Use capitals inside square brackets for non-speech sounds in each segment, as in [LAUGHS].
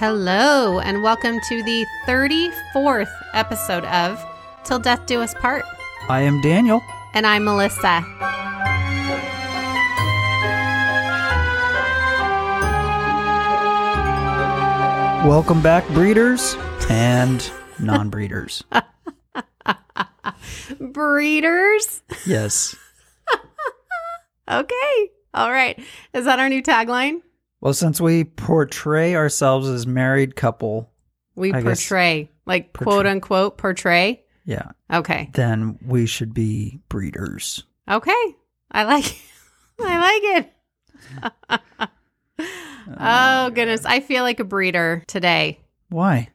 Hello, and welcome to the 34th episode of Till Death Do Us Part. I am Daniel. And I'm Melissa. Welcome back, breeders and non [LAUGHS] breeders. Breeders. yes. Okay. All right. Is that our new tagline? Well, since we portray ourselves as married couple, We I guess- portray, like Portray. quote unquote, portray. yeah, Okay. then we should be breeders. Okay. I like [LAUGHS] I like it. [LAUGHS] [LAUGHS] oh goodness. I feel like a breeder today. Why?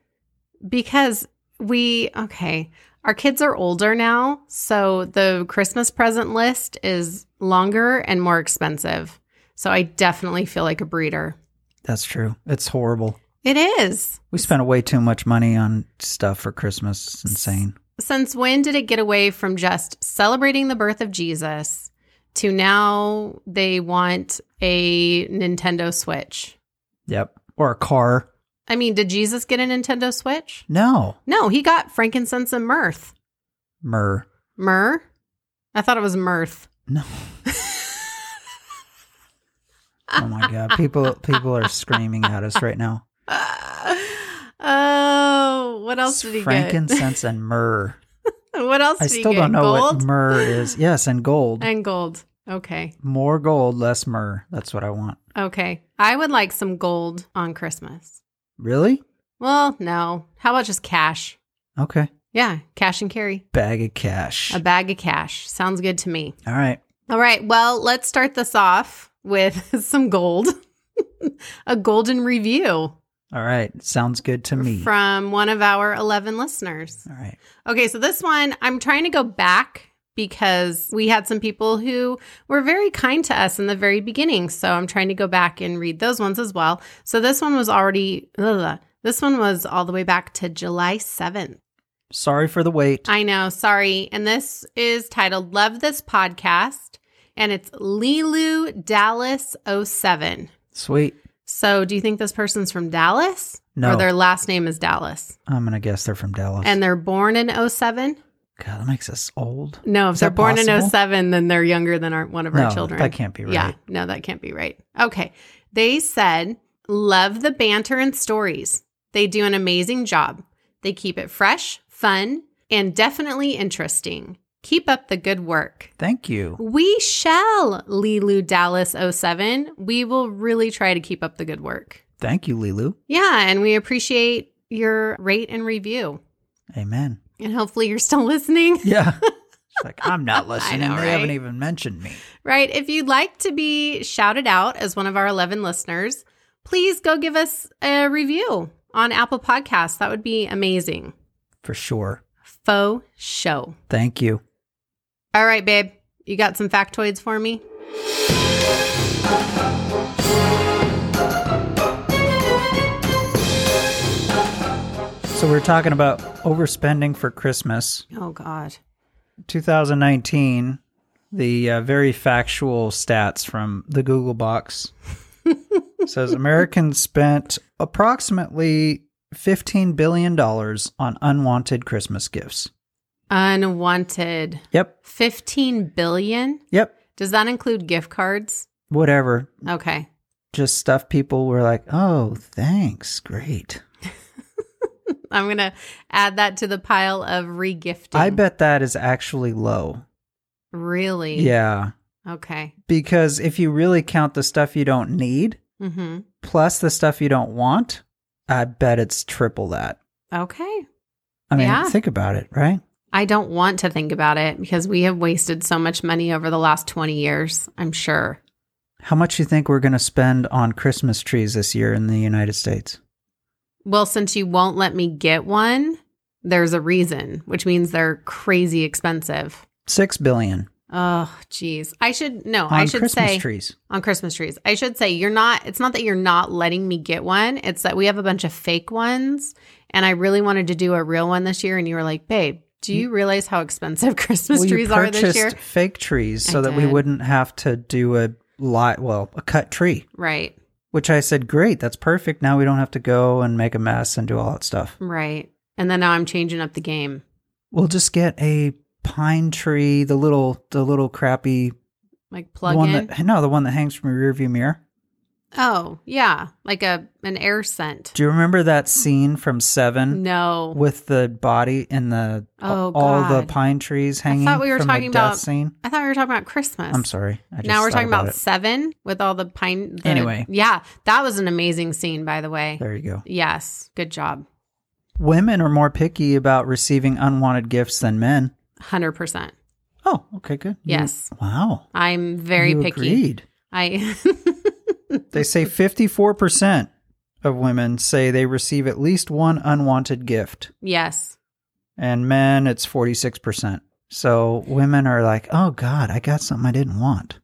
because we okay our kids are older now so the christmas present list is longer and more expensive so i definitely feel like a breeder That's true. It's horrible. it is We spent way too much money on stuff for Christmas. It's insane. since when did it get away from just celebrating the birth of jesus to now they want a nintendo switch Yep. Or a car. i mean did jesus get a nintendo switch No. no he got frankincense and mirth Myrrh. myrrh i thought it was mirth No. oh [LAUGHS] my god. People people are screaming at us right now. oh, what else did he get? frankincense and myrrh. [LAUGHS] What else I did still he get? don't know gold what myrrh is. Yes, and gold. and gold. Okay, More gold, less myrrh. That's what I want. okay. I would like some gold on Christmas. Really? Well, no. How about just cash? Okay. Yeah, cash and carry. Bag of cash. A bag of cash sounds good to me. All right. All right. Well, let's start this off with [LAUGHS] some gold. A golden review All right. Sounds good to me. from one of our 11 listeners. All right. Okay, so this one, I'm trying to go back because we had some people who were very kind to us in the very beginning. So I'm trying to go back and read those ones as well. So this one was already, ugh. this one was all the way back to July 7th. Sorry for the wait. I know, sorry. And this is titled Love This Podcast, and it's Lilu Dallas 07. Sweet. So do you think this person's from Dallas? No. Or their last name is Dallas. I'm going to guess they're from Dallas. And they're born in 07? God, that makes us old. No, if Is they're that born in possible? 07, then they're younger than our, one of our no, children. that can't be right. Yeah, no, that can't be right. Okay. They said, love the banter and stories. They do an amazing job. They keep it fresh, fun, and definitely interesting. Keep up the good work. Thank you. We shall, Lilu Dallas 07. We will really try to keep up the good work. Thank you, Lilu. Yeah, and we appreciate your rate and review. [LAUGHS] Amen. And hopefully you're still [LAUGHS] listening. Yeah. [LAUGHS] She's like, I'm not listening. know, they right? haven't even mentioned me. Right. If you'd like to be shouted out as one of our 11 listeners, please go give us a review on Apple Podcasts. That would be amazing. For sure. Faux show. Thank you. All right, babe. You got some factoids for me? So we're talking about overspending for Christmas. Oh, God. 2019, the uh, very factual stats from the Google box says Americans spent approximately 15 billion dollars on unwanted Christmas gifts. Unwanted. Yep. 15 billion? Yep. Does that include gift cards? Whatever. Okay. Just stuff people were like, "Oh, thanks. Great." I'm going to add that to the pile of regifting. I bet that is actually low. Really? Yeah. Okay. Because if you really count the stuff you don't need Mm-hmm. plus the stuff you don't want, I bet it's triple that. Okay. I mean, Yeah. think about it, right? I don't want to think about it because we have wasted so much money over the last 20 years, I'm sure. How much you think we're going to spend on Christmas trees this year in the United States? Well, since you won't let me get one, there's a reason, which means they're crazy expensive. 6 billion Oh, geez. I should no, on I should Christmas say trees. on Christmas trees. I should say you're not it's not that you're not letting me get one, it's that we have a bunch of fake ones and I really wanted to do a real one this year and you were like, "Babe, do you realize how expensive [LAUGHS] Christmas Well, you trees are this purchased year?" fake trees so I that we did. wouldn't have to do a lot, well, a cut tree. Right. which I said, great, that's perfect. Now we don't have to go and make a mess and do all that stuff. Right. And then now I'm changing up the game. We'll just get a pine tree, the little, the little crappy Like the plug one in. that no, the one that hangs from your rearview mirror. oh, yeah. Like a an air scent. Do you remember that scene from Seven No. with the body and the Oh, all the God. pine trees hanging? thought we were from the talking death about- scene. I thought we were talking about Christmas. I'm sorry. I just now we're thought talking about, it. seven with all the pine. the- Anyway. Yeah. That was an amazing scene, by the way. There you go. Yes. Good job. Women are more picky about receiving unwanted gifts than men. 100%. Oh, okay, good. You- Yes. wow. I'm very You picky. agreed. I. [LAUGHS] They say 54% of women say they receive at least one unwanted gift, yes. and men, it's 46%. So women are like, oh, God, I got something I didn't want.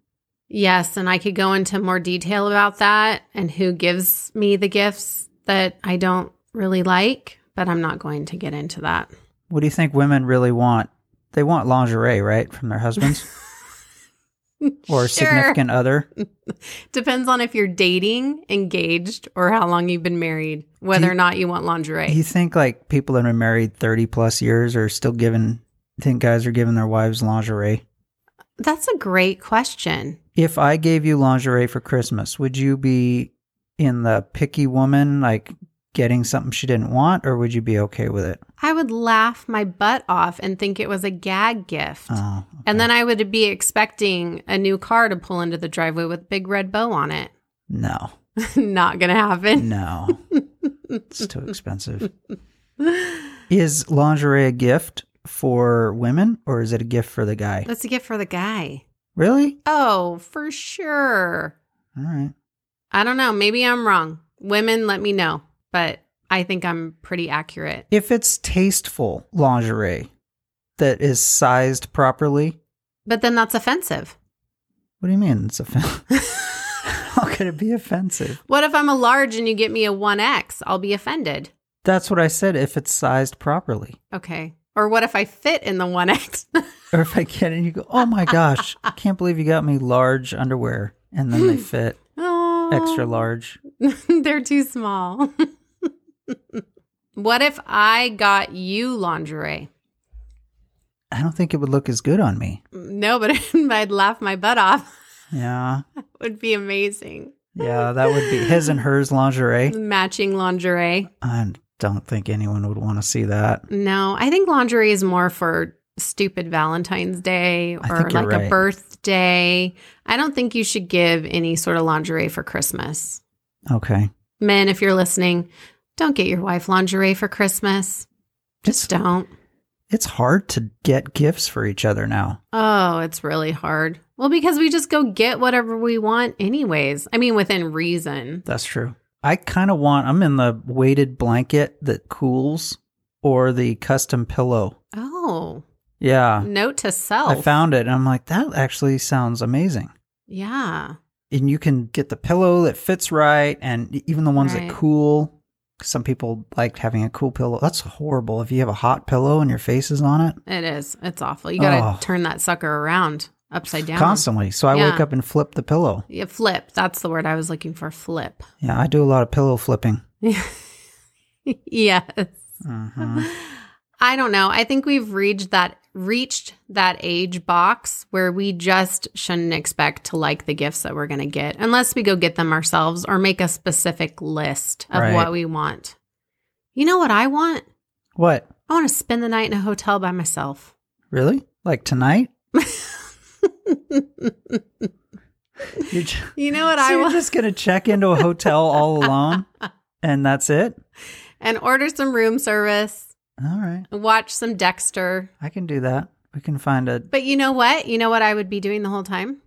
Yes, and I could go into more detail about that and who gives me the gifts that I don't really like, but I'm not going to get into that. What do you think women really want? They want lingerie, right, from [LAUGHS] their husbands Sure. or significant other. Depends on if you're dating, engaged, or how long you've been married, whether you- or not you want lingerie. You think like people that have been married 30 plus years are still giving, think guys are giving their wives lingerie? That's a great question. If I gave you lingerie for Christmas, would you be in the picky woman, like getting something she didn't want, or would you be okay with it? I would laugh my butt off and think it was a gag gift. Oh, And then I would be expecting a new car to pull into the driveway with a big red bow on it. [LAUGHS] no, not going to happen. no, it's too expensive. Is lingerie a gift for women, or is it a gift for the guy? That's a gift for the guy. Really? Oh, for sure. All right. I don't know. Maybe I'm wrong. Women, let me know. But I think I'm pretty accurate. If it's tasteful lingerie that is sized properly, But then that's offensive. what do you mean it's offensive? [LAUGHS] How could it be offensive? What if I'm a large and you get me a 1X? I'll be offended. That's what I said. If it's sized properly. Okay. Or what if I fit in the [LAUGHS] 1X? Or if I get it and you go, oh my gosh, I can't believe you got me large underwear. And then they fit oh, extra large. [LAUGHS] They're too small. [LAUGHS] what if I got you lingerie? I don't think it would look as good on me. No, but [LAUGHS] I'd laugh my butt off. [LAUGHS] Yeah. would be amazing. Yeah, that would be his and hers lingerie. Matching lingerie. I don't think anyone would want to see that. No, I think lingerie is more for stupid Valentine's Day I or think you're like right. a birthday. I don't think you should give any sort of lingerie for Christmas. Okay. Men, if you're listening, don't get your wife lingerie for Christmas. Just don't. It's hard to get gifts for each other now. Oh, it's really hard. Well, because we just go get whatever we want, anyways. I mean, within reason. That's true. I kind of want, I'm in the weighted blanket that cools or the custom pillow. Oh, Yeah. note to I self. found it and I'm like, that actually sounds amazing. yeah. and you can get the pillow that fits right and e, even the ones Right. that cool some people like having a cool pillow that's horrible if you have a hot pillow and your face is on it It is. It's awful. You got to Oh. turn that sucker around upside down. constantly so i wake Yeah. up and flip the pillow Yeah, flip. That's the word I was looking for. Flip. [LAUGHS] yeah i do a lot of pillow flipping yes. Mhm. I don't know. I think we've reached that reached that age box where we just shouldn't expect to like the gifts that we're going to get unless we go get them ourselves or make a specific list of Right. what we want. You know what I want? what I want to spend the night in a hotel by myself. [LAUGHS] really like tonight you're, [LAUGHS] ju- You know what so I you're want? just gonna check into a hotel [LAUGHS] all alone and that's it and order some room service, all right watch some Dexter. i can do that we can find a But you know what? You know what I would be doing the whole time?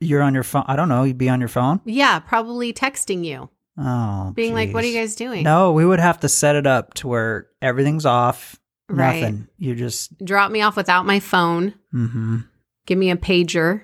you're on your phone i don't know you'd be on your phone Yeah, probably texting you, oh being like, "What are jeez. you guys doing? No, we would have to set it up to where everything's off. Right. Nothing. You just, Drop me off without my phone. hmm Give me a pager."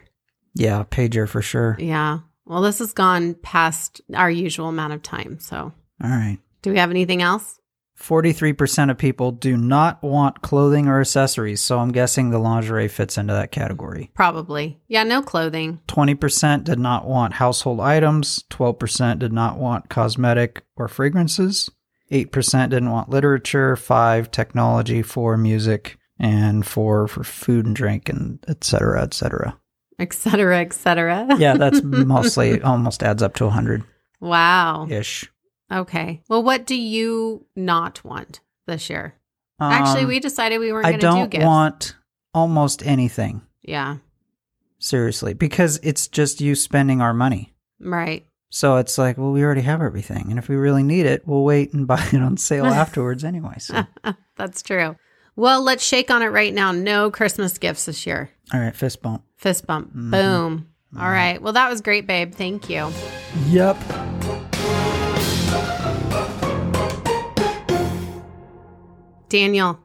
yeah, pager for sure. Yeah. Well, this has gone past our usual amount of time. So, All right. do we have anything else? 43% of people do not want clothing or accessories, so I'm guessing the lingerie fits into that category. Probably. Yeah, no clothing. [LAUGHS] 20% did not want household items, 12% did not want cosmetic or fragrances, 8% didn't want literature, 5 technology, 4 music, and 4 for food and drink and et cetera, et [LAUGHS] cetera. Et cetera, et cetera. Yeah, [LAUGHS] that's mostly almost adds up to 100 Wow. ish. Okay. Well, what do you not want this year? Actually, we decided we weren't Um, I going to do don't gifts. want almost anything. yeah. Seriously, because it's just you spending our money. Right. So it's like, well, we already have everything. And if we really need it, we'll wait and [LAUGHS] buy it [LAUGHS] on sale afterwards anyway. So, That's true. Well, let's shake on it right now. No Christmas gifts this year. all right, fist bump. Fist bump. Mm-hmm. Boom. All right. Well, that was great, babe. Thank you. Yep. Daniel,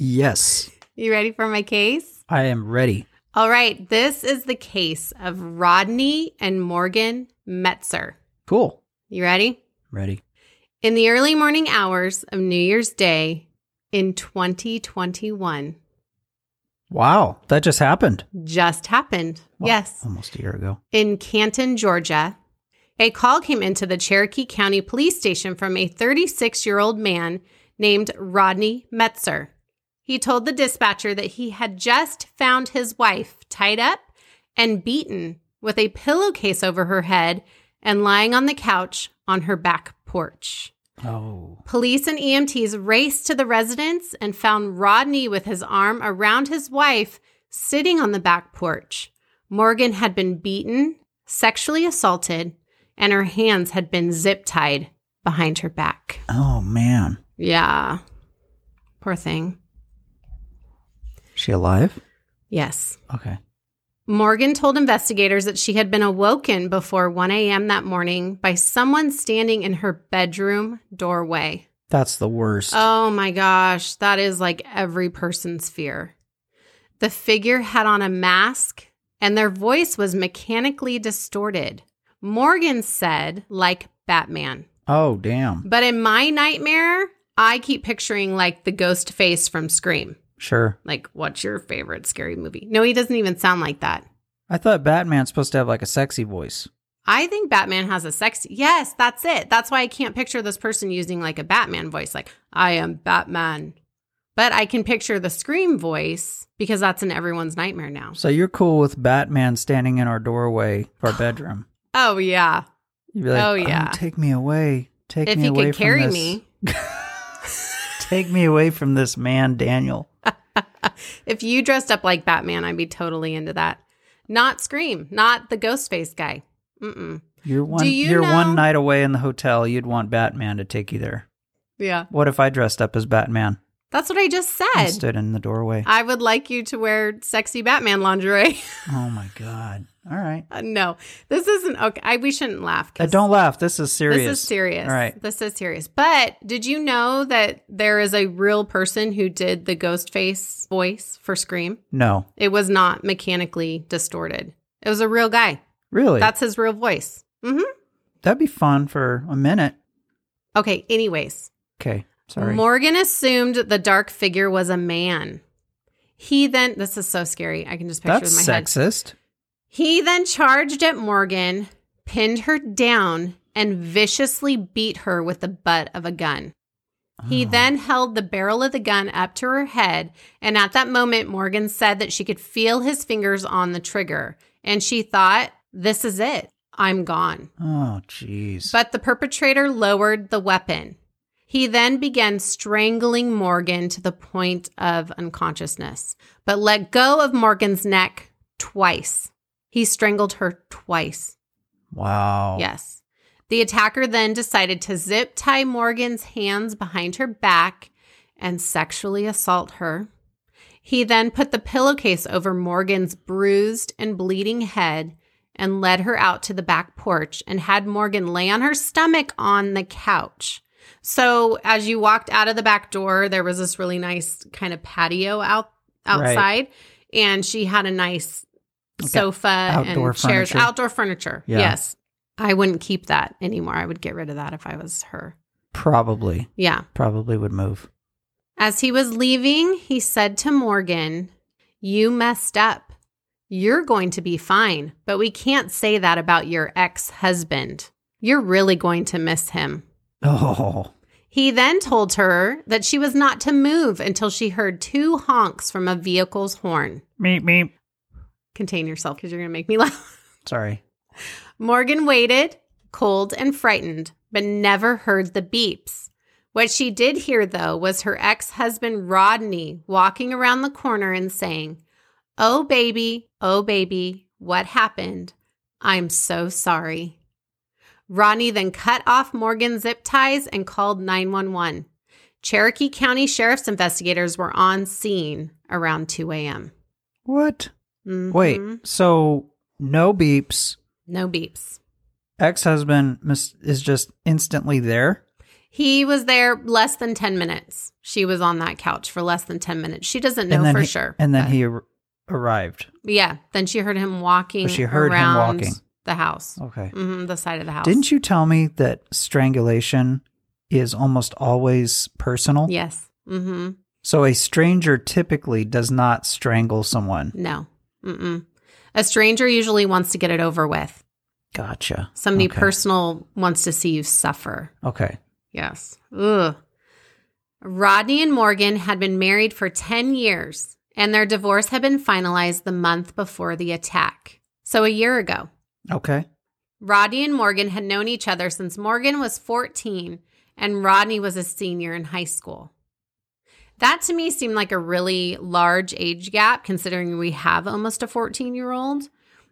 Yes, you ready for my case? I am ready. All right. This is the case of Rodney and Morgan Metzer. Cool. You ready? Ready. In the early morning hours of New Year's Day in 2021, Wow, that just happened. just happened. Wow, Yes. Almost a year ago. in Canton, Georgia. A call came into the Cherokee County Police Station from a 36 year old man named Rodney Metzer. He told the dispatcher that he had just found his wife tied up and beaten with a pillowcase over her head and lying on the couch on her back porch. Oh. Police and EMTs raced to the residence and found Rodney with his arm around his wife sitting on the back porch. Morgan had been beaten, sexually assaulted, and her hands had been zip tied behind her back. Oh, man. Yeah. Poor thing. She alive? Yes. Okay. Morgan told investigators that she had been awoken before 1 a.m. that morning by someone standing in her bedroom doorway. That's the worst. Oh my gosh, that is like every person's fear. The figure had on a mask and their voice was mechanically distorted. Morgan said, like Batman. oh, damn. But in my nightmare, I keep picturing like the ghost face from Scream. Sure. Like, what's your favorite scary movie? No, he doesn't even sound like that. I thought Batman's supposed to have like a sexy voice. I think Batman has a sexy. Yes, that's it. That's why I can't picture this person using like a Batman voice, like, I am Batman. But I can picture the scream voice because that's in everyone's nightmare now. So you're cool with Batman standing in our doorway, [GASPS] our bedroom. Oh, yeah. You'd be like, Oh, oh, yeah. yeah. take me away. Take if me he away could from carry this- me, Take me away from this man, Daniel. if you dressed up like Batman, I'd be totally into that. Not Scream, not the ghost face guy. Mm-mm. You're one. you You are know- one night away in the hotel. You'd want Batman to take you there. Yeah. What if I dressed up as Batman That's what I just and said. stood in the doorway? I would like you to wear sexy Batman lingerie. [LAUGHS] Oh my god! All right. Uh, no, this isn't okay. I, we shouldn't laugh. 'cause- Uh, don't laugh. This is serious. This is serious. All right. This is serious. But did you know that there is a real person who did the ghost face voice for Scream? No, It was not mechanically distorted. It was a real guy. really. That's his real voice. hmm That'd be fun for a minute. Okay. Anyways, Okay. Sorry. Morgan assumed the dark figure was a man. He then, this is so scary. I can just picture it in That's my head. sexist. He then charged at Morgan, pinned her down, and viciously beat her with the butt of a gun. He Oh. then held the barrel of the gun up to her head, and at that moment, Morgan said that she could feel his fingers on the trigger, and she thought, This is it. I'm gone. Oh, jeez. But the perpetrator lowered the weapon. He then began strangling Morgan to the point of unconsciousness, but let go of Morgan's neck twice. He strangled her twice. Wow. Yes. The attacker then decided to zip tie Morgan's hands behind her back and sexually assault her. He then put the pillowcase over Morgan's bruised and bleeding head and led her out to the back porch and had Morgan lay on her stomach on the couch. So as you walked out of the back door, there was this really nice kind of patio out Right. outside, and she had a nice Like a sofa outdoor and chairs, furniture. outdoor furniture. Yeah. Yes. I wouldn't keep that anymore. I would get rid of that if I was her. Probably. Yeah. Probably would move. [LAUGHS] As he was leaving, he said to Morgan, You messed up. You're going to be fine, but we can't say that about your ex husband. You're really going to miss him. Oh. He then told her that she was not to move until she heard two honks from a vehicle's horn. Meep meep. Contain yourself because you're going to make me [LAUGHS] laugh. Sorry. Morgan waited, cold and frightened, but never heard the beeps. What she did hear, though, was her ex husband Rodney walking around the corner and saying, Oh, baby, oh, baby, what happened? I'm so sorry. Rodney then cut off Morgan's zip ties and called 911. Cherokee County Sheriff's investigators were on scene around 2 a.m. What? Wait. Mhm. So no beeps. No beeps. Ex husband mis- is just instantly there. He was there less than 10 minutes. She was on that couch for less than 10 minutes. She doesn't know and then for he, sure. And then but- he ar- arrived. Yeah. Then she heard him walking She heard him around walking. the house, Okay. hmm the side of the house. Didn't you tell me that strangulation is almost always personal? Yes. Mm-hmm. So a stranger typically does not strangle someone. No. Mm-mm. A stranger usually wants to get it over with. Gotcha. Somebody Okay. personal wants to see you suffer. Okay. Yes. Ugh. Rodney and Morgan had been married for 10 years, and their divorce had been finalized the month before the attack. So a year ago. Okay. Rodney and Morgan had known each other since Morgan was 14 and Rodney was a senior in high school. That to me seemed like a really large age gap considering we have almost a 14 year old.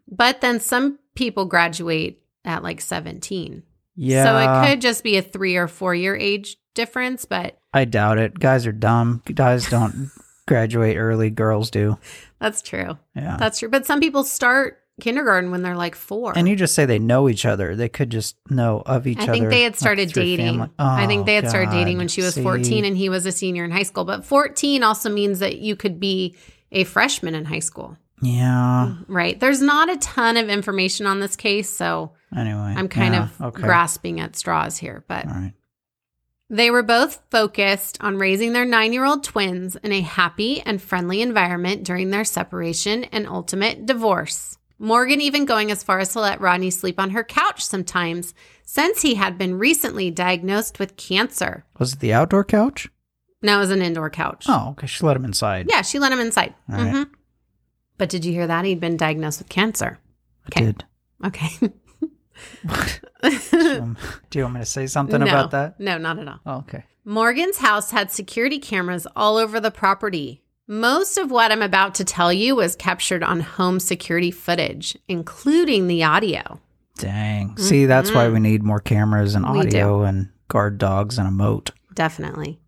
But then some people graduate at like 17. Yeah. So it could just be a three or four year age difference, but I doubt it. Guys are dumb. Guys [LAUGHS] don't graduate early. Girls do. that's true. Yeah. That's true. But some people start kindergarten when they're like four. and you just say they know each other. They could just know of each I other. think they had like, started through dating. family. I Oh, think they had started dating God. when she was See? 14 and he was a senior in high school. But 14 also means that you could be a freshman in high school, yeah. right? There's not a ton of information on this case. So Anyway, I'm kind yeah, of okay. grasping at straws here. But All right. they were both focused on raising their nine year old twins in a happy and friendly environment during their separation and ultimate divorce. Morgan even going as far as to let Rodney sleep on her couch sometimes since he had been recently diagnosed with cancer. Was it the outdoor couch? No, it was an indoor couch. Oh, okay. She let him inside. Yeah, she let him inside. All right. Mhm. But did you hear that? He'd been diagnosed with cancer. I okay. did. Okay. [LAUGHS] Um, [LAUGHS] do you want me to say [LAUGHS] something No. about that? No, not at all. Oh, okay. Morgan's house had security cameras all over the property. Most of what I'm about to tell you was captured on home security footage, including the audio. Dang. See, that's why we need more cameras and We do. audio and guard dogs and a moat. Definitely.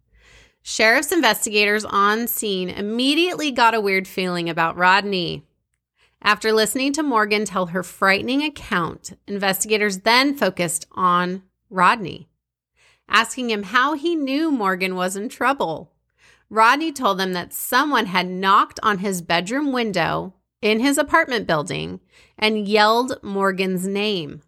Sheriff's investigators on scene immediately got a weird feeling about Rodney. After listening to Morgan tell her frightening account, investigators then focused on Rodney, asking him how he knew Morgan was in trouble. Rodney told them that someone had knocked on his bedroom window in his apartment building and yelled Morgan's name.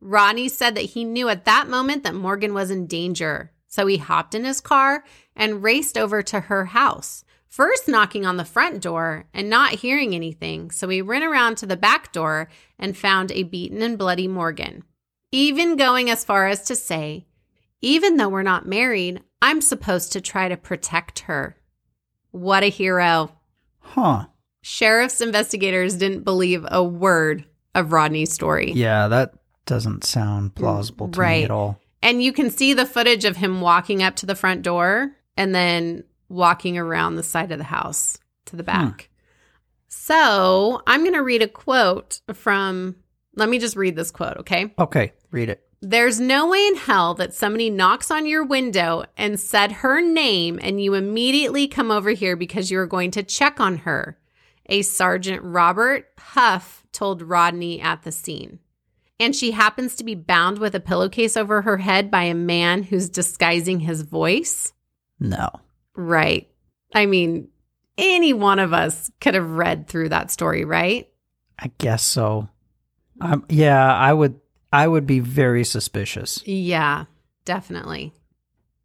Rodney said that he knew at that moment that Morgan was in danger. So he hopped in his car and raced over to her house, first knocking on the front door and not hearing anything. So he ran around to the back door and found a beaten and bloody Morgan. Even going as far as to say, even though we're not married, I'm supposed to try to protect her. What a hero. Huh. Sheriff's investigators didn't believe a word of Rodney's story. Yeah, that doesn't sound plausible to me Right. at all. And you can see the footage of him walking up to the front door and then walking around the side of the house to the back. So I'm going to read a quote from, let me just read this quote, okay? Okay, read it. There's no way in hell that somebody knocks on your window and said her name and you immediately come over here because you are going to check on her. A Sergeant Robert Huff told Rodney at the scene. And she happens to be bound with a pillowcase over her head by a man who's disguising his voice. No. Right. I mean, any one of us could have read through that story, right? I guess so. Um yeah, I would I would be very suspicious. Yeah, definitely.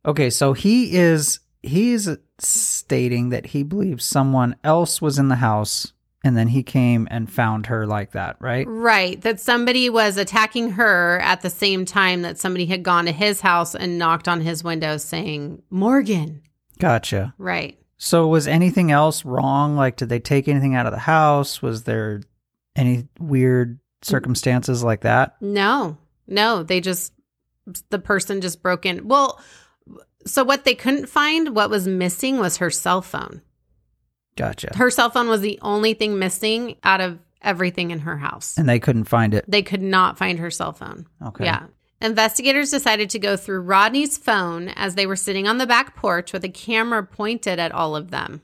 Okay, so he is he is stating that he believes someone else was in the house and then he came and found her like that, right? Right. That somebody was attacking her at the same time that somebody had gone to his house and knocked on his window saying, Morgan. Gotcha. Right. So was anything else wrong? Like did they take anything out of the house? Was there any weird circumstances like that? No, no, they just, the person just broke in. Well, so what they couldn't find, what was missing was her cell phone. Gotcha. Her cell phone was the only thing missing out of everything in her house. And they couldn't find it. They could not find her cell phone. Okay. Yeah. Investigators decided to go through Rodney's phone as they were sitting on the back porch with a camera pointed at all of them.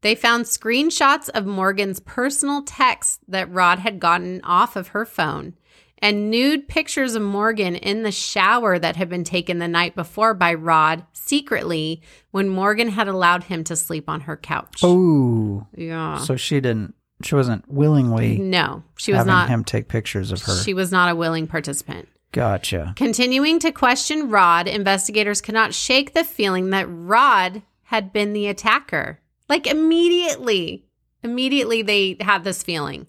They found screenshots of Morgan's personal texts that Rod had gotten off of her phone and nude pictures of Morgan in the shower that had been taken the night before by Rod secretly when Morgan had allowed him to sleep on her couch. Oh. yeah. So she didn't she wasn't willingly no, she was having not him take pictures of her. she was not a willing participant. gotcha. Continuing to question Rod, investigators could not shake the feeling that Rod had been the attacker. Like immediately, immediately they had this feeling.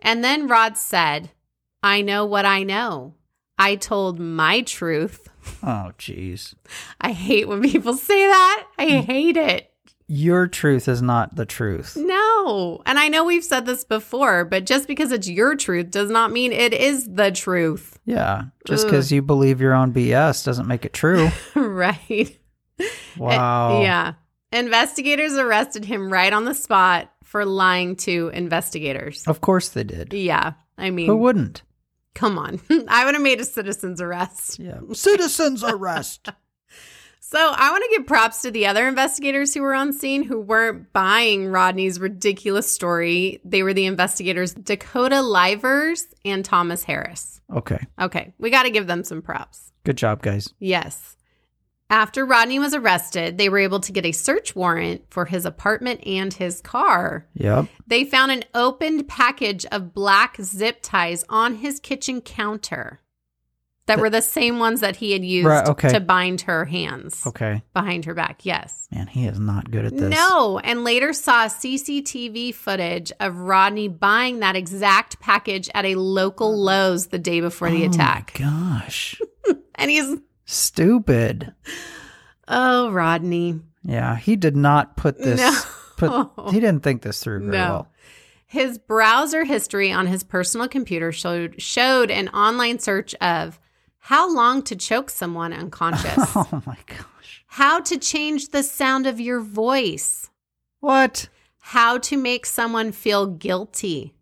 And then Rod said, I know what I know. I told my truth. Oh jeez. I hate when people [LAUGHS] say that. I hate it. Your truth is not the truth. No. And I know we've said this before, but just because it's your truth does not mean it is the truth. [LAUGHS] Yeah. Just Ugh. because you believe your own BS doesn't make [LAUGHS] it true. right. Wow. Yeah. Investigators arrested him right on the spot for lying to investigators. Of course they did. Yeah. I mean, Who wouldn't? come on. [LAUGHS] I would have made a citizen's arrest. Yeah. Citizens arrest. So I want to give props to the other investigators who were on scene who weren't buying Rodney's ridiculous story. They were the investigators Dakota Livers and Thomas Harris. [LAUGHS] okay. Okay. We got to give them some props. Good job, guys. Yes. After Rodney was arrested, they were able to get a search warrant for his apartment and his car. Yep. They found an opened package of black zip ties on his kitchen counter that were the same ones that he had used Right, okay. to bind her hands Okay. behind her back. Yes. Man, he is not good at this. No, and later saw CCTV footage of Rodney buying that exact package at a local Lowe's the day before the Oh my attack. gosh. And he's, Stupid. oh, Rodney. Yeah, he did not put this No. put he didn't think this through very No. well. His browser history on his personal computer showed showed an online search of how long to choke someone unconscious, [LAUGHS] Oh my gosh. how to change the sound of your voice, What? how to make someone feel guilty,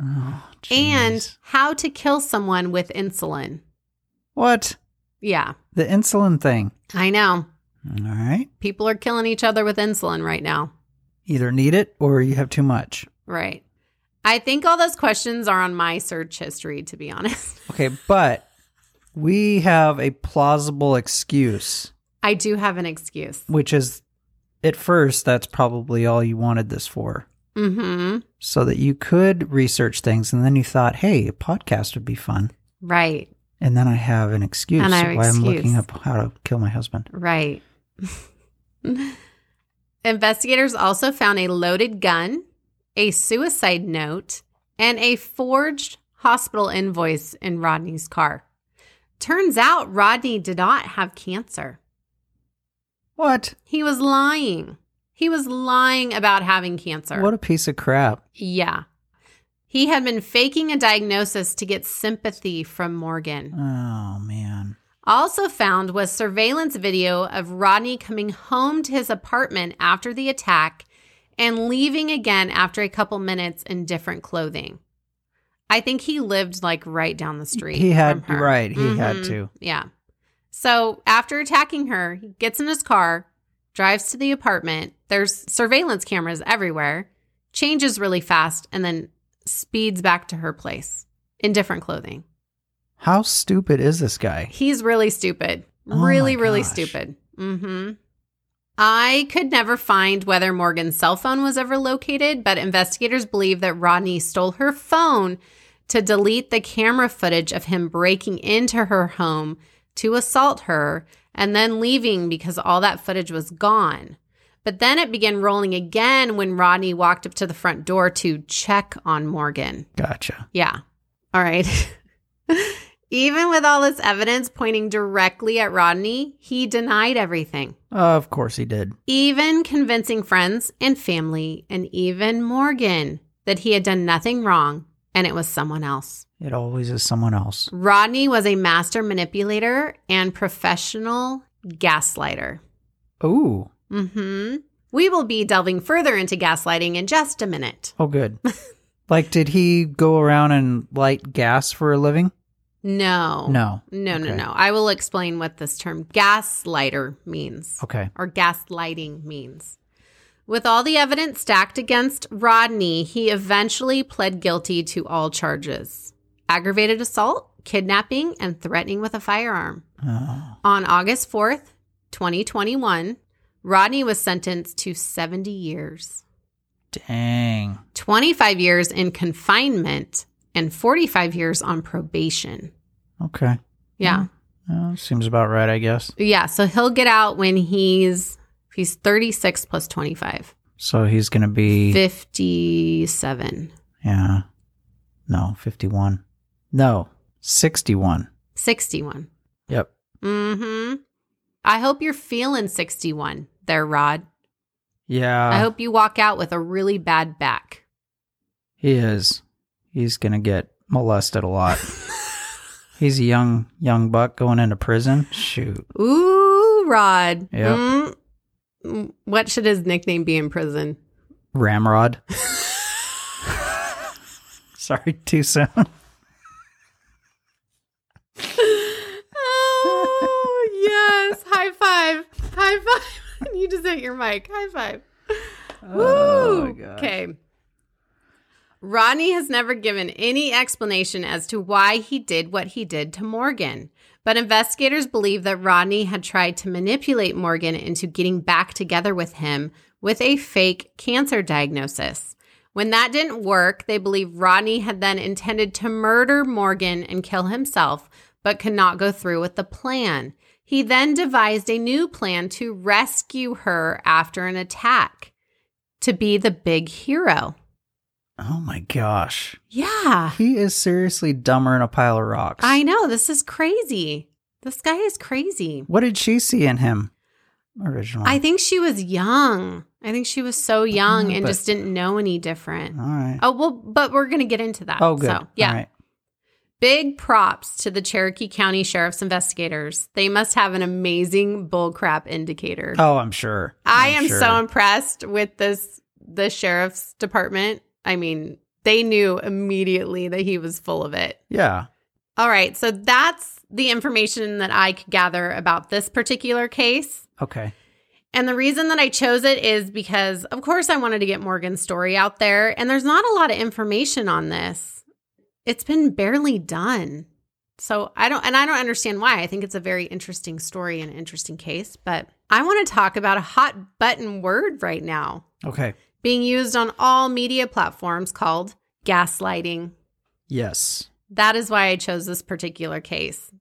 Oh, and jeez. how to kill someone with insulin. what? Yeah, The insulin thing. I know. All right. People are killing each other with insulin right now. Either need it or you have too much. Right. I think all those questions are on my search history, to be honest. [LAUGHS] Okay, but we have a plausible excuse, I do have an excuse. which is at first that's probably all you wanted this for. Mm hmm. So that you could research things and then you thought, hey, a podcast would be fun. Right. And then I have an excuse And I have why I'm looking excuse. up how to kill my husband. Right. [LAUGHS] Investigators also found a loaded gun, a suicide note, and a forged hospital invoice in Rodney's car. Turns out Rodney did not have cancer. What? He was lying. He was lying about having cancer. What a piece of crap. yeah. He had been faking a diagnosis to get sympathy from Morgan. Oh man. Also found was surveillance video of Rodney coming home to his apartment after the attack and leaving again after a couple minutes in different clothing. I think he lived like right down the street. He had from her. right, he had Mhm. to. Yeah. So after attacking her, he gets in his car, drives to the apartment. There's surveillance cameras everywhere, changes really fast, and then speeds back to her place in different clothing. How stupid is this guy? He's really stupid. Oh my really, really gosh. stupid. Mm-hmm. I could never find whether Morgan's cell phone was ever located, but investigators believe that Rodney stole her phone to delete the camera footage of him breaking into her home to assault her and then leaving because all that footage was gone. But then it began rolling again when Rodney walked up to the front door to check on Morgan. Gotcha. Yeah. All right. [LAUGHS] Even with all this evidence pointing directly at Rodney, he denied everything, Of course he did. even convincing friends and family and even Morgan that he had done nothing wrong and it was someone else. It always is someone else. Rodney was a master manipulator and professional gaslighter. Ooh. hmm We will be delving further into gaslighting in just a minute. Oh, good. [LAUGHS] like, did he go around and light gas for a living? No. No. No, no, Okay. no. I will explain what this term gaslighter means Okay. or gaslighting means. With all the evidence stacked against Rodney, he eventually pled guilty to all charges aggravated assault, kidnapping, and threatening with a firearm. Oh. On August 4th, 2021, Rodney was sentenced to 70 years. Dang. 25 years in confinement and 45 years on probation. Okay. Yeah. Well, seems about right, I guess. Yeah. So he'll get out when he's he's 36 plus 25. So he's going to be, 57. yeah. No, 51. No, 61. 61. Yep. Mm-hmm. I hope you're feeling 61 there, Rod. Yeah. I hope you walk out with a really bad back. He is. He's going to get molested [LAUGHS] a lot. he's a young, young buck going into prison. Shoot. Ooh, Rod. Yep. Mm. Mm. What should his nickname be in [LAUGHS] prison? [LAUGHS] Ramrod. [LAUGHS] Sorry, too soon. Oh, yes. High five. High five. [LAUGHS] you just hit your mic. High five. Oh, Woo. Okay. Rodney has never given any explanation as to why he did what he did to Morgan, but investigators believe that Rodney had tried to manipulate Morgan into getting back together with him with a fake cancer diagnosis. When that didn't work, they believe Rodney had then intended to murder Morgan and kill himself, but could not go through with the plan. He then devised a new plan to rescue her after an attack to be the big hero. Oh my gosh. Yeah. He is seriously dumber than a pile of rocks. I know. This is crazy. This guy is crazy. What did she see in him originally? I think she was young. I think she was so young Yeah, and but- just didn't know any different. All right. Oh, well, but we're going to get into that. Oh, good. Uh, So, yeah. All right. Big props to the Cherokee County Sheriff's investigators. They must have an amazing bullcrap indicator. Oh, I'm sure. I am sure. so impressed with this the sheriff's department. I mean, they knew immediately that he was full of it. Yeah. All right, so that's the information that I could gather about this particular case. Okay. And the reason that I chose it is because, of course, I wanted to get Morgan's story out there, and there's not a lot of information on this. It's been barely done. So I don't, and I don't understand why. I think it's a very interesting story and interesting case, but I want to talk about a hot button word right now Okay. being used on all media platforms called gaslighting. Yes. That is why I chose this particular case.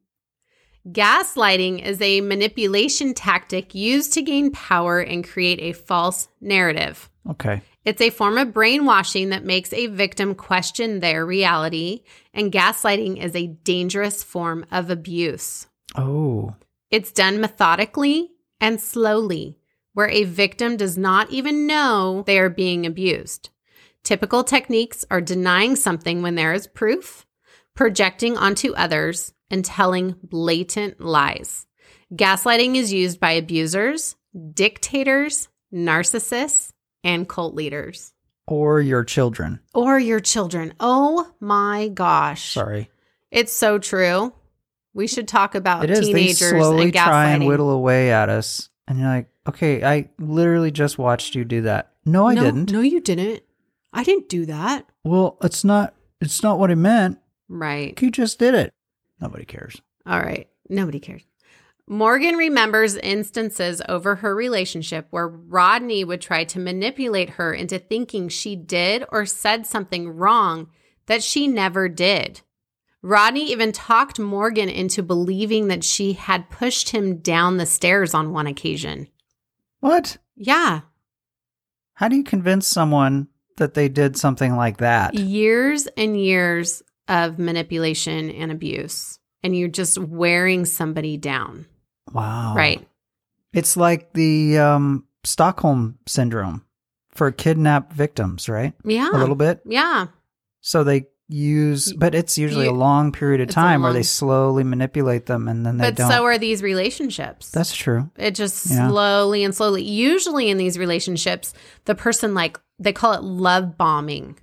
Gaslighting is a manipulation tactic used to gain power and create a false narrative. Okay. It's a form of brainwashing that makes a victim question their reality, and gaslighting is a dangerous form of abuse. Oh. It's done methodically and slowly, where a victim does not even know they are being abused. Typical techniques are denying something when there is proof, projecting onto others, and telling blatant lies. Gaslighting is used by abusers, dictators, narcissists, and cult leaders. Or your children. Or your children. Oh my gosh. Sorry. It's so true. We should talk about It is. Uh, teenagers they slowly and gaslighting. try and whittle away at us, and you're like, "Okay, I literally just watched you do that." No, I no, didn't. No, you didn't. I didn't do that. Well, it's not. It's not what I meant. Right. You just did it. Nobody cares. All right. Nobody cares. Morgan remembers instances over her relationship where Rodney would try to manipulate her into thinking she did or said something wrong that she never did. Rodney even talked Morgan into believing that she had pushed him down the stairs on one occasion. What? Yeah. How do you convince someone that they did something like that? Years and years of manipulation and abuse. And you're just wearing somebody down. Wow. Right. It's like the um, Stockholm syndrome for kidnapped victims, right? Yeah. A little bit. Yeah. So they use, but it's usually You- a long period of It's a time where long- they slowly manipulate them and then they But don't. so are these relationships. That's true. It just Yeah. slowly and slowly. Usually in these relationships, the person like they call it love bombing,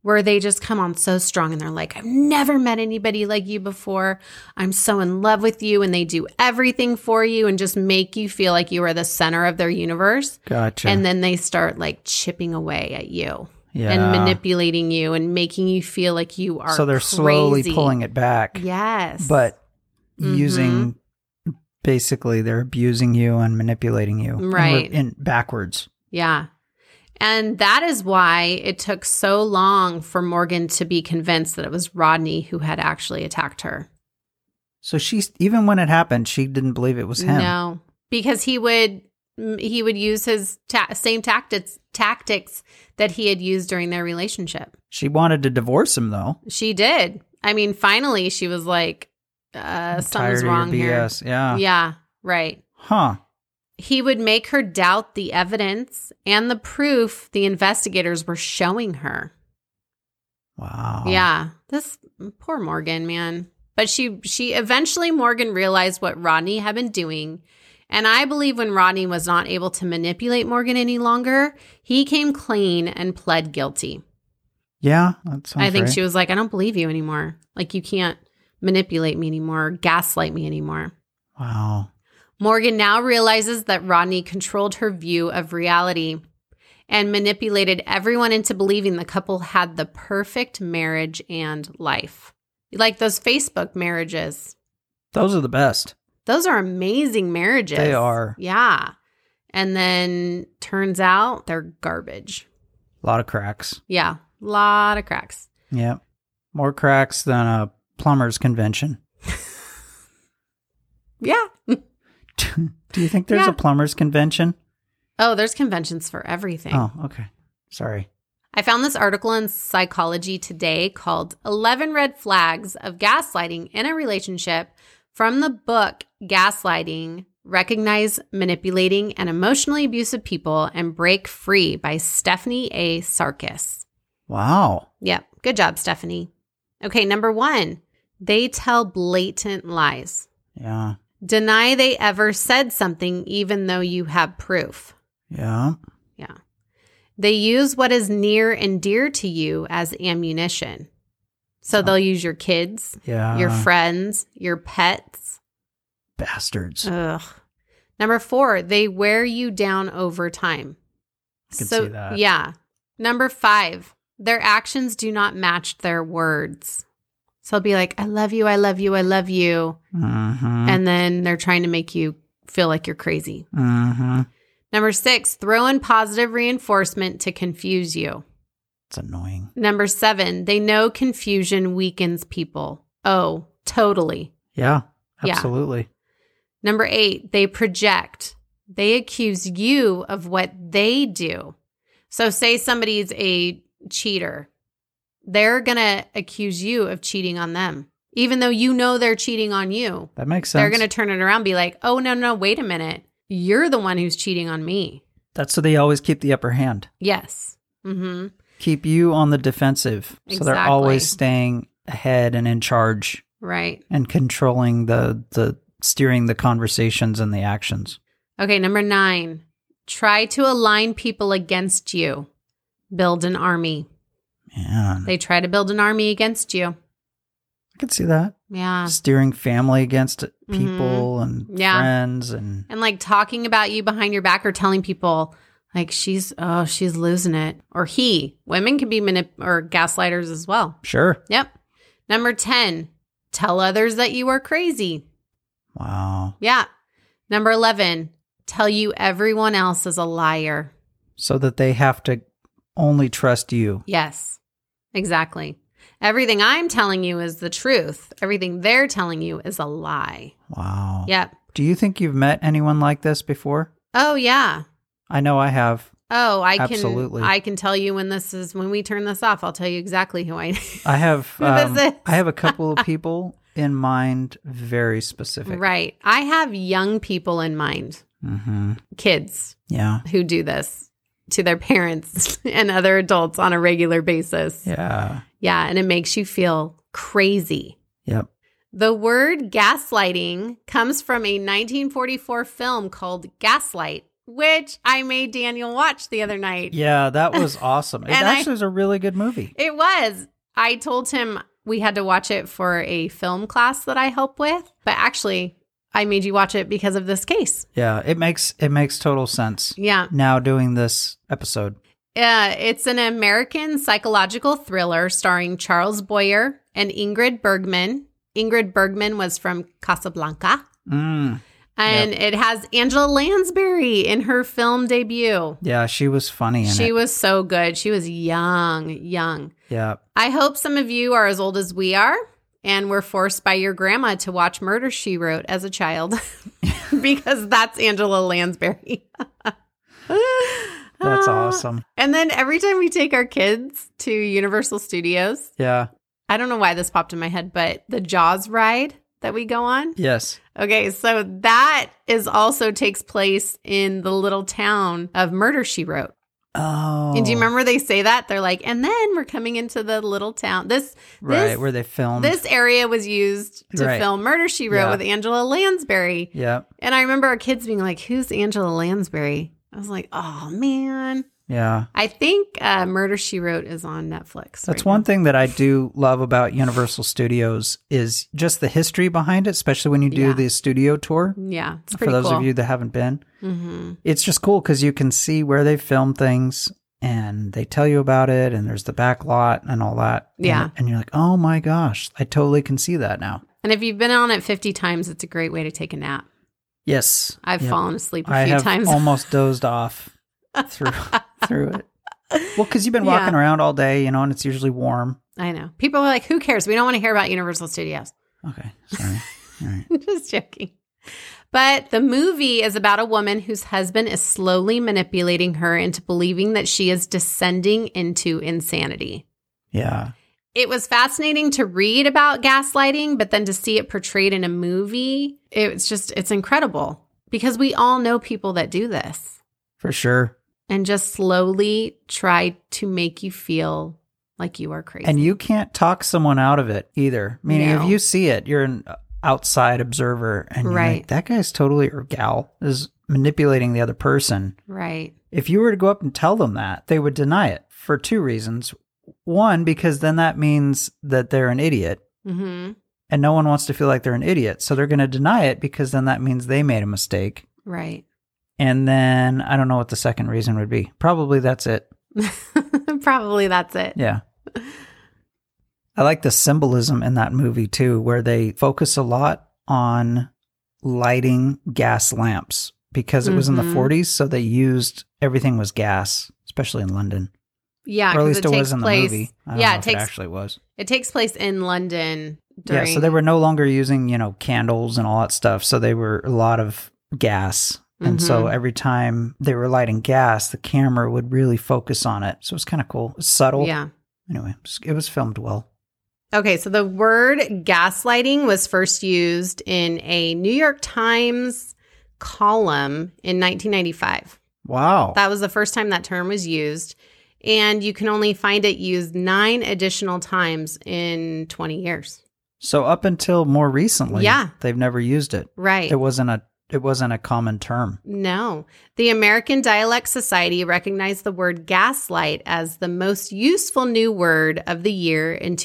where they just come on so strong and they're like, I've never met anybody like you before. I'm so in love with you. And they do everything for you and just make you feel like you are the center of their universe. Gotcha. And then they start like chipping away at you yeah. and manipulating you and making you feel like you are So they're slowly crazy. pulling it back, Yes. Mm-hmm. but using basically they're abusing you and manipulating you, in re- Right. In backwards. Yeah. And that is why it took so long for Morgan to be convinced that it was Rodney who had actually attacked her. So she, even when it happened, she didn't believe it was him. No, because he would mm, he would use his ta- same tactics tactics that he had used during their relationship. She wanted to divorce him though. She did. I mean, finally she was like uh I'm something's tired of your wrong here. BS. Yeah. Yeah, right. Huh. He would make her doubt the evidence and the proof the investigators were showing her. Wow. Yeah. This poor Morgan, man. But she she eventually Morgan realized what Rodney had been doing. And I believe when Rodney was not able to manipulate Morgan any longer, he came clean and pled guilty. Yeah. That sounds I think right. she was like, I don't believe you anymore. Like you can't manipulate me anymore, gaslight me anymore. Wow. Morgan now realizes that Rodney controlled her view of reality and manipulated everyone into believing the couple had the perfect marriage and life. Like those Facebook marriages. Those are the best. Those are amazing marriages. They are. Yeah. And then turns out they're garbage. A lot of cracks. Yeah. Lot of cracks. Yeah. More cracks than a plumber's convention. [LAUGHS] Yeah. Do you think there's Yeah. a plumber's convention? Oh, there's conventions for everything. Oh, okay. Sorry. I found this article in Psychology Today called 11 Red Flags of Gaslighting in a Relationship from the book Gaslighting Recognize Manipulating and Emotionally Abusive People and Break Free by Stephanie A. Sarkis. Wow. Yep. Good job, Stephanie. Okay, number one, they tell blatant lies. Yeah. Deny they ever said something, even though you have proof. Yeah. Yeah. They use what is near and dear to you as ammunition. So they'll use your kids, Yeah. your friends, your pets. bastards. Ugh. Number four, they wear you down over time. I can see that. yeah. Number five, their actions do not match their words. So they'll be like, I love you, I love you, I love you. mm-hmm. And then they're trying to make you feel like you're crazy. mm-hmm. Number six, throw in positive reinforcement to confuse you. It's annoying. Number seven, they know confusion weakens people. Oh, totally. Yeah. Yeah. Absolutely. Number eight, they project. They accuse you of what they do. So, say somebody's a cheater, they're going to accuse you of cheating on them, even though you know they're cheating on you. That makes sense. They're going to turn it around and be like, oh, no, no, wait a minute. You're the one who's cheating on me. That's so they always keep the upper hand. Yes. Mm-hmm. Keep you on the defensive. So they're always Exactly. staying ahead and in charge Right. and controlling the the steering the conversations and the actions. Okay, number nine, try to align people against you. Build an army. Man. They try to build an army against you. I can see that. Yeah. Mm-hmm. Steering family against people and Yeah. friends and And like talking about you behind your back or telling people, like, she's, oh, she's losing it. Or he. Women can be manip or gaslighters as well. sure. Yep. Number 10, tell others that you are crazy. Wow. Yeah. Number 11, tell you everyone else is a liar. So that they have to only trust you. Yes, exactly. Everything I'm telling you is the truth. Everything they're telling you is a lie. Wow. Yep. Do you think you've met anyone like this before? Oh yeah. I know I have. Oh, I can Absolutely. I can tell you when this is when we turn this off. I'll tell you exactly who I I have. Who is Um, this? I have a [LAUGHS] couple of people in mind, very specific. Right. I have young people in mind, Mm-hmm. kids Yeah. who do this to their parents [LAUGHS] and other adults on a regular basis. Yeah. Yeah, and it makes you feel crazy. Yep. The word gaslighting comes from a 1944 film called Gaslight, which I made Daniel watch the other night. Yeah, [LAUGHS] that was awesome. It And I- actually was a really good movie. It was. I told him we had to watch it for a film class that I help with, but actually, I made you watch it because of this case. Yeah, it makes it makes total sense Yeah. now doing this episode. Uh, it's an American psychological thriller starring Charles Boyer and Ingrid Bergman. Ingrid Bergman was from Casablanca. Mm. And it has Angela Lansbury in her film debut. Yeah, she was funny in She it. was so good. She was young, young. Yeah. I hope some of you are as old as we are and were forced by your grandma to watch Murder She Wrote as a child [LAUGHS] because that's Angela Lansbury. [LAUGHS] That's Ah. awesome. And then every time we take our kids to Universal Studios, Yeah. I don't know why this popped in my head, but the Jaws ride that we go on. Yes. Okay, so that is also takes place in the little town of Murder She Wrote. Oh. And do you remember they say that? They're like, and then we're coming into the little town. This Right, this- where they filmed. this area was used to Um, Right. film Murder She Wrote Yeah. with Angela Lansbury. yeah. And I remember our kids being like, Who's Angela Lansbury? I was like, Oh man. Yeah. I think uh, Murder She Wrote is on Netflix. That's right now. one thing that I do love about Universal Studios is just the history behind it, especially when you do Yeah. the studio tour. Yeah, it's For pretty those cool. of you that haven't been, hmm it's just cool because you can see where they film things and they tell you about it, and there's the back lot and all that. And- Yeah. And, you're like, oh my gosh, I totally can see that now. And if you've been on it 50 times, it's a great way to take a nap. Yes. I've Yep. fallen asleep a I few have times. almost dozed off [LAUGHS] through through it. Well, because you've been Yeah. walking around all day, you know, and it's usually warm. I know. People are like, who cares? We don't want to hear about Universal Studios. Okay, [LAUGHS] sorry. all right. Just joking. But the movie is about a woman whose husband is slowly manipulating her into believing that she is descending into insanity. Yeah. It was fascinating to read about gaslighting, but then to see it portrayed in a movie, it's just, it's incredible because we all know people that do this. For sure. and just slowly try to make you feel like you are crazy. And you can't talk someone out of it either. Meaning, No. if you see it, you're an outside observer, and you're Right. like, that guy's totally or gal is manipulating the other person. right. If you were to go up and tell them that, they would deny it for two reasons. One, because then that means that they're an idiot, hmm and no one wants to feel like they're an idiot, so they're going to deny it because then that means they made a mistake. Right. [LAUGHS] And then I don't know what the second reason would be. Probably that's it. Probably that's it. Yeah. I like the symbolism in that movie too, where they focus a lot on lighting gas lamps because it was in the Mhm. 40s. So they used everything was gas, especially in London. Yeah. or at 'cause least it, was in the place, movie. I don't Yeah, know it if takes it it, actually was. takes place in London during yeah. So they were no longer using, you know, candles and all that stuff. So they were a lot of gas. And Mm-hmm. so every time they were lighting gas, the camera would really focus on it. So it was kind of cool, subtle. Yeah. Anyway, it was filmed well. Okay, so the word gaslighting was first used in a New York Times column in 1995. Wow. That was the first time that term was used. And you can only find it used nine additional times in 20 years. So up until more recently, Yeah. they've never used it. Right. It wasn't a it wasn't a common term. No. The American Dialect Society recognized the word gaslight as the most useful new word of the year in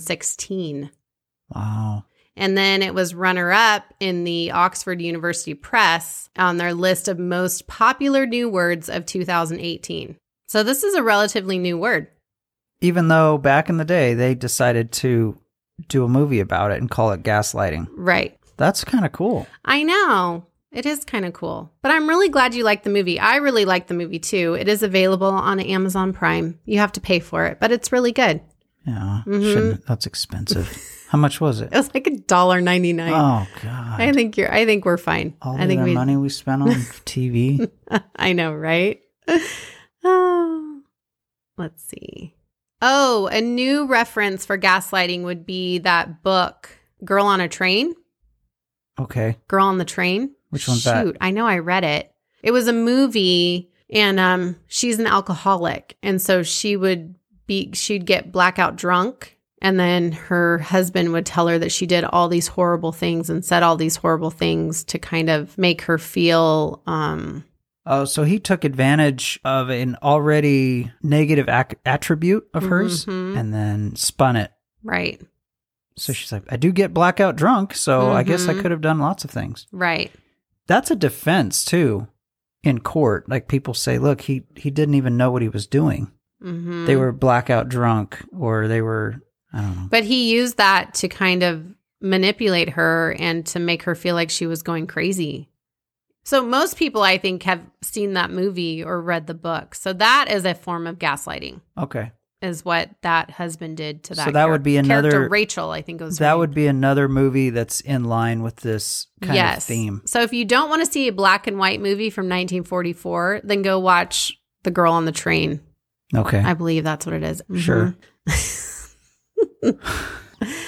2016. Wow. And then it was runner up in the Oxford University Press on their list of most popular new words of 2018. So this is a relatively new word. Even though back in the day they decided to do a movie about it and call it gaslighting. Right. That's kind of cool. I know. It is kind of cool. But I'm really glad you liked the movie. I really like the movie too. It is available on Amazon Prime. You have to pay for it, but it's really good. Yeah, Mhm. shouldn't, that's expensive. How much was it? [LAUGHS] It was like a dollar ninety nine. Oh God! I think you're. I think we're fine. All I the think other money we [LAUGHS] spent on TV. I know, right? [LAUGHS] oh, let's see. Oh, a new reference for gaslighting would be that book, Girl on a Train. Okay, Girl on the Train. Which one's that? Shoot, I know I read it. It was a movie, and um, she's an alcoholic, and so she would be she'd get blackout drunk, and then her husband would tell her that she did all these horrible things and said all these horrible things to kind of make her feel um, oh, so he took advantage of an already negative ac- attribute of hers, Mhm. and then spun it. right, So she's like, I do get blackout drunk, so I guess I Mhm. could have done lots of things. right, That's a defense too, in court. Like people say, look, he he didn't even know what he was doing. mm-hmm. They were blackout drunk, or they were, I don't know. but he used that to kind of manipulate her and to make her feel like she was going crazy. So most people, I think, have seen that movie or read the book. So that is a form of gaslighting, Okay, is what that husband did to So that. that would be character, another- Rachel. I think it was that her would name. be another movie that's in line with this kind of theme. So if you don't want to see a black and white movie from 1944, then go watch The Girl on the Train. Okay. I believe that's what it is. Mm-hmm. Sure. Mhm.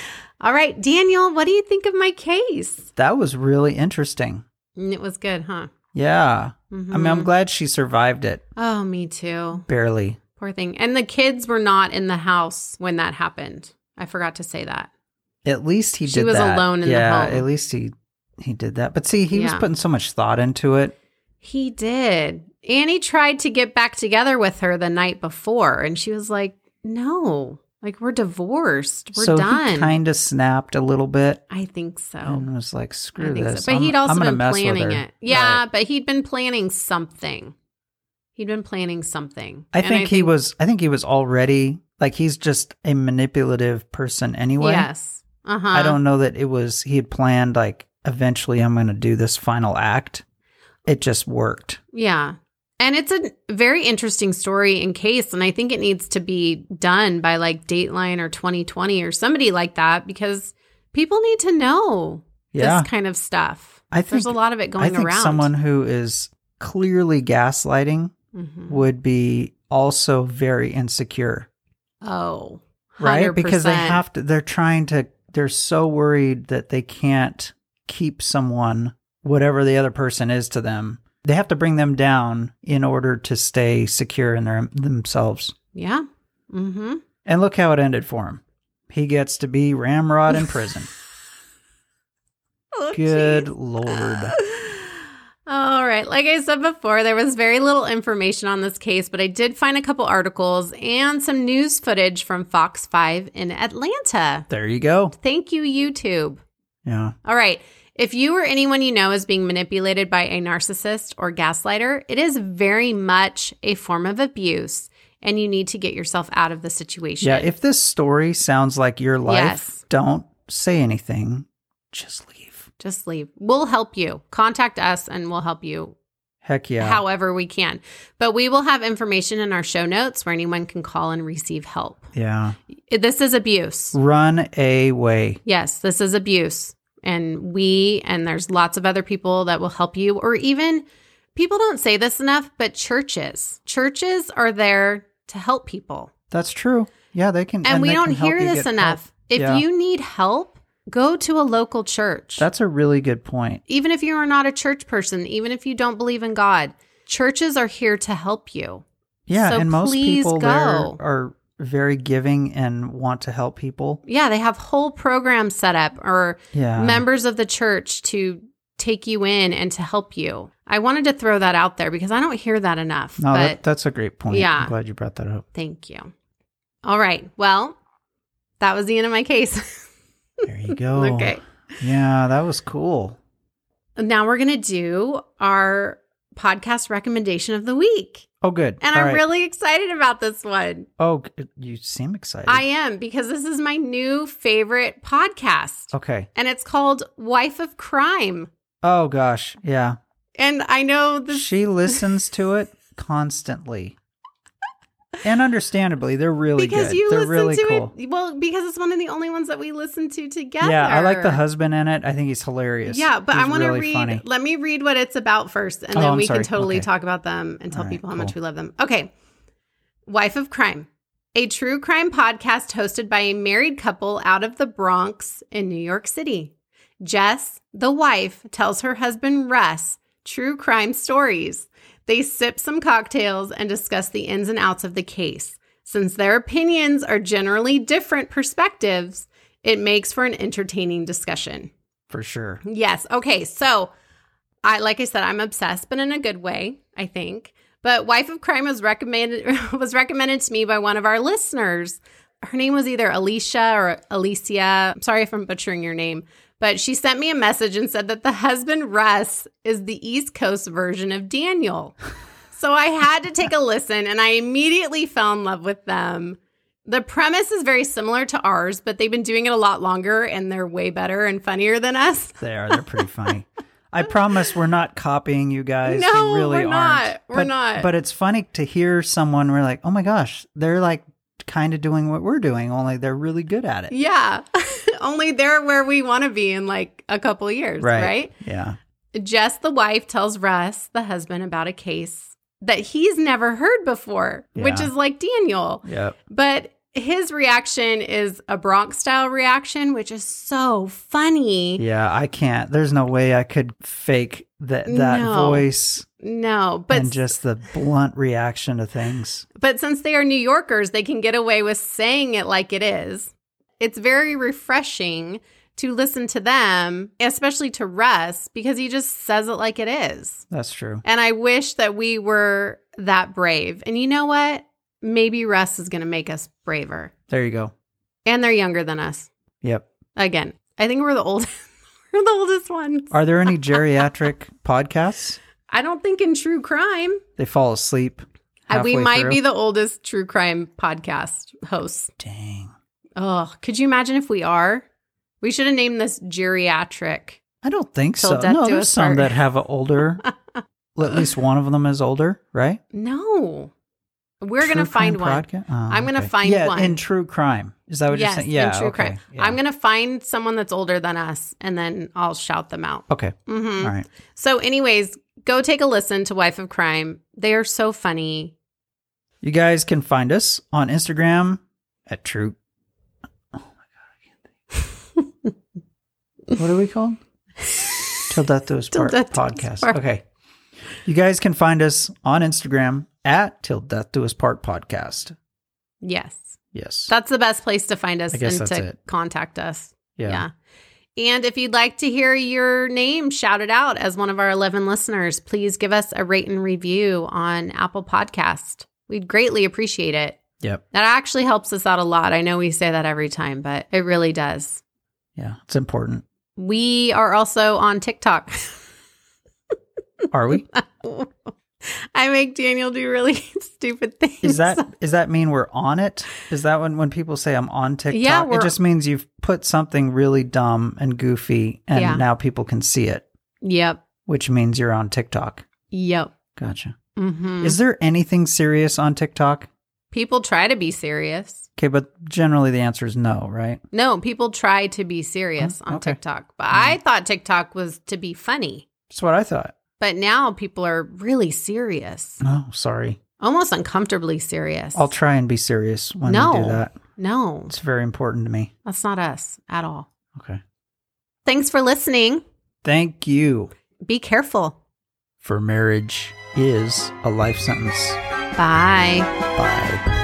[LAUGHS] All right, Daniel, what do you think of my case? That was really interesting. Mm, It was good, huh? Yeah. I mean, I'm Mhm. glad she survived it Oh, me too. barely. Poor thing. And the kids were not in the house when that happened. I forgot to say that. At least he She did was that. alone in the yeah, home. At least he he did that. But see, he was Yeah. putting so much thought into it. He did. Annie tried to get back together with her the night before, and she was like, "No, like we're divorced. We're so he done." kind of snapped a little bit I think so. and was like, I "Screw think this." so. But I'm- he'd also I'm gonna been mess with planning her. it. Yeah, Right. but he'd been planning something. He'd been planning something. I And think he was. I think he was already like he's just a manipulative person anyway. Yes. Uh huh. I don't know that it was. He had planned like eventually I'm going to do this final act. It just worked. Yeah. And it's a very interesting story and case. And I think it needs to be done by like Dateline or 2020 or somebody like that because people need to know Yeah. this kind of stuff. I There's think a lot of it going I think around. someone who is clearly gaslighting Mhm. would be also very insecure, Oh, right? 100%. Because they have to. They're trying to. They're so worried that they can't keep someone, whatever the other person is to them. They have to bring them down in order to stay secure in their themselves. Yeah. Mm-hmm. And look how it ended for him. He gets to be ramrod in prison. Oh, Good lord. All right. Like I said before, there was very little information on this case, but I did find a couple articles and some news footage from Fox 5 in Atlanta. There you go. Thank you, YouTube. Yeah. All right. If you or anyone you know is being manipulated by a narcissist or gaslighter, it is very much a form of abuse and you need to get yourself out of the situation. Yeah. If this story sounds like your life, Yes. don't say anything. Just leave. Just leave. We'll help you. Contact us and we'll help you Heck yeah. however we can. But we will have information in our show notes where anyone can call and receive help. yeah. This is abuse. Run away. Yes, this is abuse. And we, and there's lots of other people that will help you, or even people don't say this enough, but churches. Churches are there to help people. That's true. Yeah. They can. And, we they don't can help hear you this get enough. help. If Yeah. you need help, go to a local church. That's a really good point. even if you are not a church person, even if you don't believe in God, churches are here to help you. Yeah. So and most please people go. there are very giving and want to help people. Yeah, they have whole programs set up or Yeah. members of the church to take you in and to help you. I wanted to throw that out there because I don't hear that enough. no, but that, that's a great point. Yeah. I'm glad you brought that up. thank you. All right. Well, that was the end of my case. [LAUGHS] There you go. okay. Yeah, that was cool. Now we're going to do our podcast recommendation of the week. Oh, good. And All I'm right. really excited about this one. Oh, g- you seem excited. I am because this is my new favorite podcast. Okay. And it's called Wife of Crime. Oh gosh, yeah. And I know this She listens to it constantly. and understandably, they're really because good. you they're listen really to cool. it. Well, because it's one of the only ones that we listen to together. Yeah, I like the husband in it. I think he's hilarious. Yeah, but I He's want to really read. funny. Let me read what it's about first, and Oh, then I'm we sorry. can totally Okay. talk about them and tell All right, people how much cool. we love them. Okay. Wife of Crime, a true crime podcast hosted by a married couple out of the Bronx in New York City. Jess, the wife, tells her husband Russ true crime stories. They sip some cocktails and discuss the ins and outs of the case. Since their opinions are generally different perspectives, it makes for an entertaining discussion. for [LAUGHS] sure. Yes. Okay. So, I like I said, I'm obsessed, but in a good way, I think. But Wife of Crime was recommended [LAUGHS] was recommended to me by one of our listeners. Her name was either Alicia or Alicia. I'm sorry if I'm butchering your name, but she sent me a message and said that the husband Russ is the East Coast version of Daniel. So I had to take a listen and I immediately fell in love with them. The premise is very similar to ours, but they've been doing it a lot longer and they're way better and funnier than us. They are. They're pretty funny. I promise we're not copying you guys. We No, really we're aren't. not. We're But- not. But it's funny to hear someone. We're like, oh my gosh, they're like kind of doing what we're doing, only they're really good at it. Yeah. [LAUGHS] Only they're where we want to be in like a couple years, right. Yeah. Jess, the wife, tells Russ, the husband, about a case that he's never heard before, which Yeah. is like Daniel. Yep. But his reaction is a Bronx style reaction, which is so funny. Yeah. I can't. There's no way I could fake that that No. voice No, but and just the blunt reaction to things. But since they are New Yorkers, they can get away with saying it like it is. It's very refreshing to listen to them, especially to Russ, because he just says it like it is. That's true. And I wish that we were that brave. And you know what? Maybe Russ is going to make us braver. There you go. And they're younger than us. Yep. Again, I think we're the oldest. [LAUGHS] we're the oldest ones. [LAUGHS] Are there any geriatric podcasts? I don't think in true crime They fall asleep. I- we halfway might through? be the oldest true crime podcast hosts. Dang. Oh, could you imagine if we are? We should have named this geriatric. I don't think Till so. death No, do there's us some part. that have an [LAUGHS] older. well, at least one of them is older, right? No, we're True gonna crime find one. podca- Oh, I'm gonna find yeah, one. in true crime. Is that what Yes, you're saying? Yeah, in true okay. crime. Yeah. I'm gonna find someone that's older than us, and then I'll shout them out. Okay, hmm all right. So, anyways, go take a listen to Wife of Crime. They are so funny. You guys can find us on Instagram at true. Oh my god, I can't think. [LAUGHS] what are we called? Till death do us Till part Death Do Us podcast. Part. Okay. You guys can find us on Instagram at till death do us part podcast. Yes, Yes. that's the best place to find us I guess and that's to it. contact us. Yeah. And if you'd like to hear your name shouted out as one of our 11 listeners, please give us a rate and review on Apple Podcast. We'd greatly appreciate it. Yep. That actually helps us out a lot. I know we say that every time, but it really does. Yeah. It's [LAUGHS] important. We are also on TikTok. [LAUGHS] Are we? I make Daniel do really [LAUGHS] stupid things. Is that is that mean we're on it? Is that when when people say I'm on TikTok? Yeah, we're- it just means you've put something really dumb and goofy, and Yeah. now people can see it, Yep. which means you're on TikTok. Yep. Gotcha. hmm Is there anything serious on TikTok? people try to be serious. Okay, but generally the answer is no, right? No, people try to be serious Oh, on okay. Mm-hmm. TikTok. But I thought TikTok was to be funny. That's what I thought. But now people are really serious, Oh, sorry. almost uncomfortably serious. I'll try and be serious when we No. do that. no, It's very important to me. that's not us at all. Okay. Thanks for listening. Thank you Be careful. for marriage is a life sentence. Bye. Bye.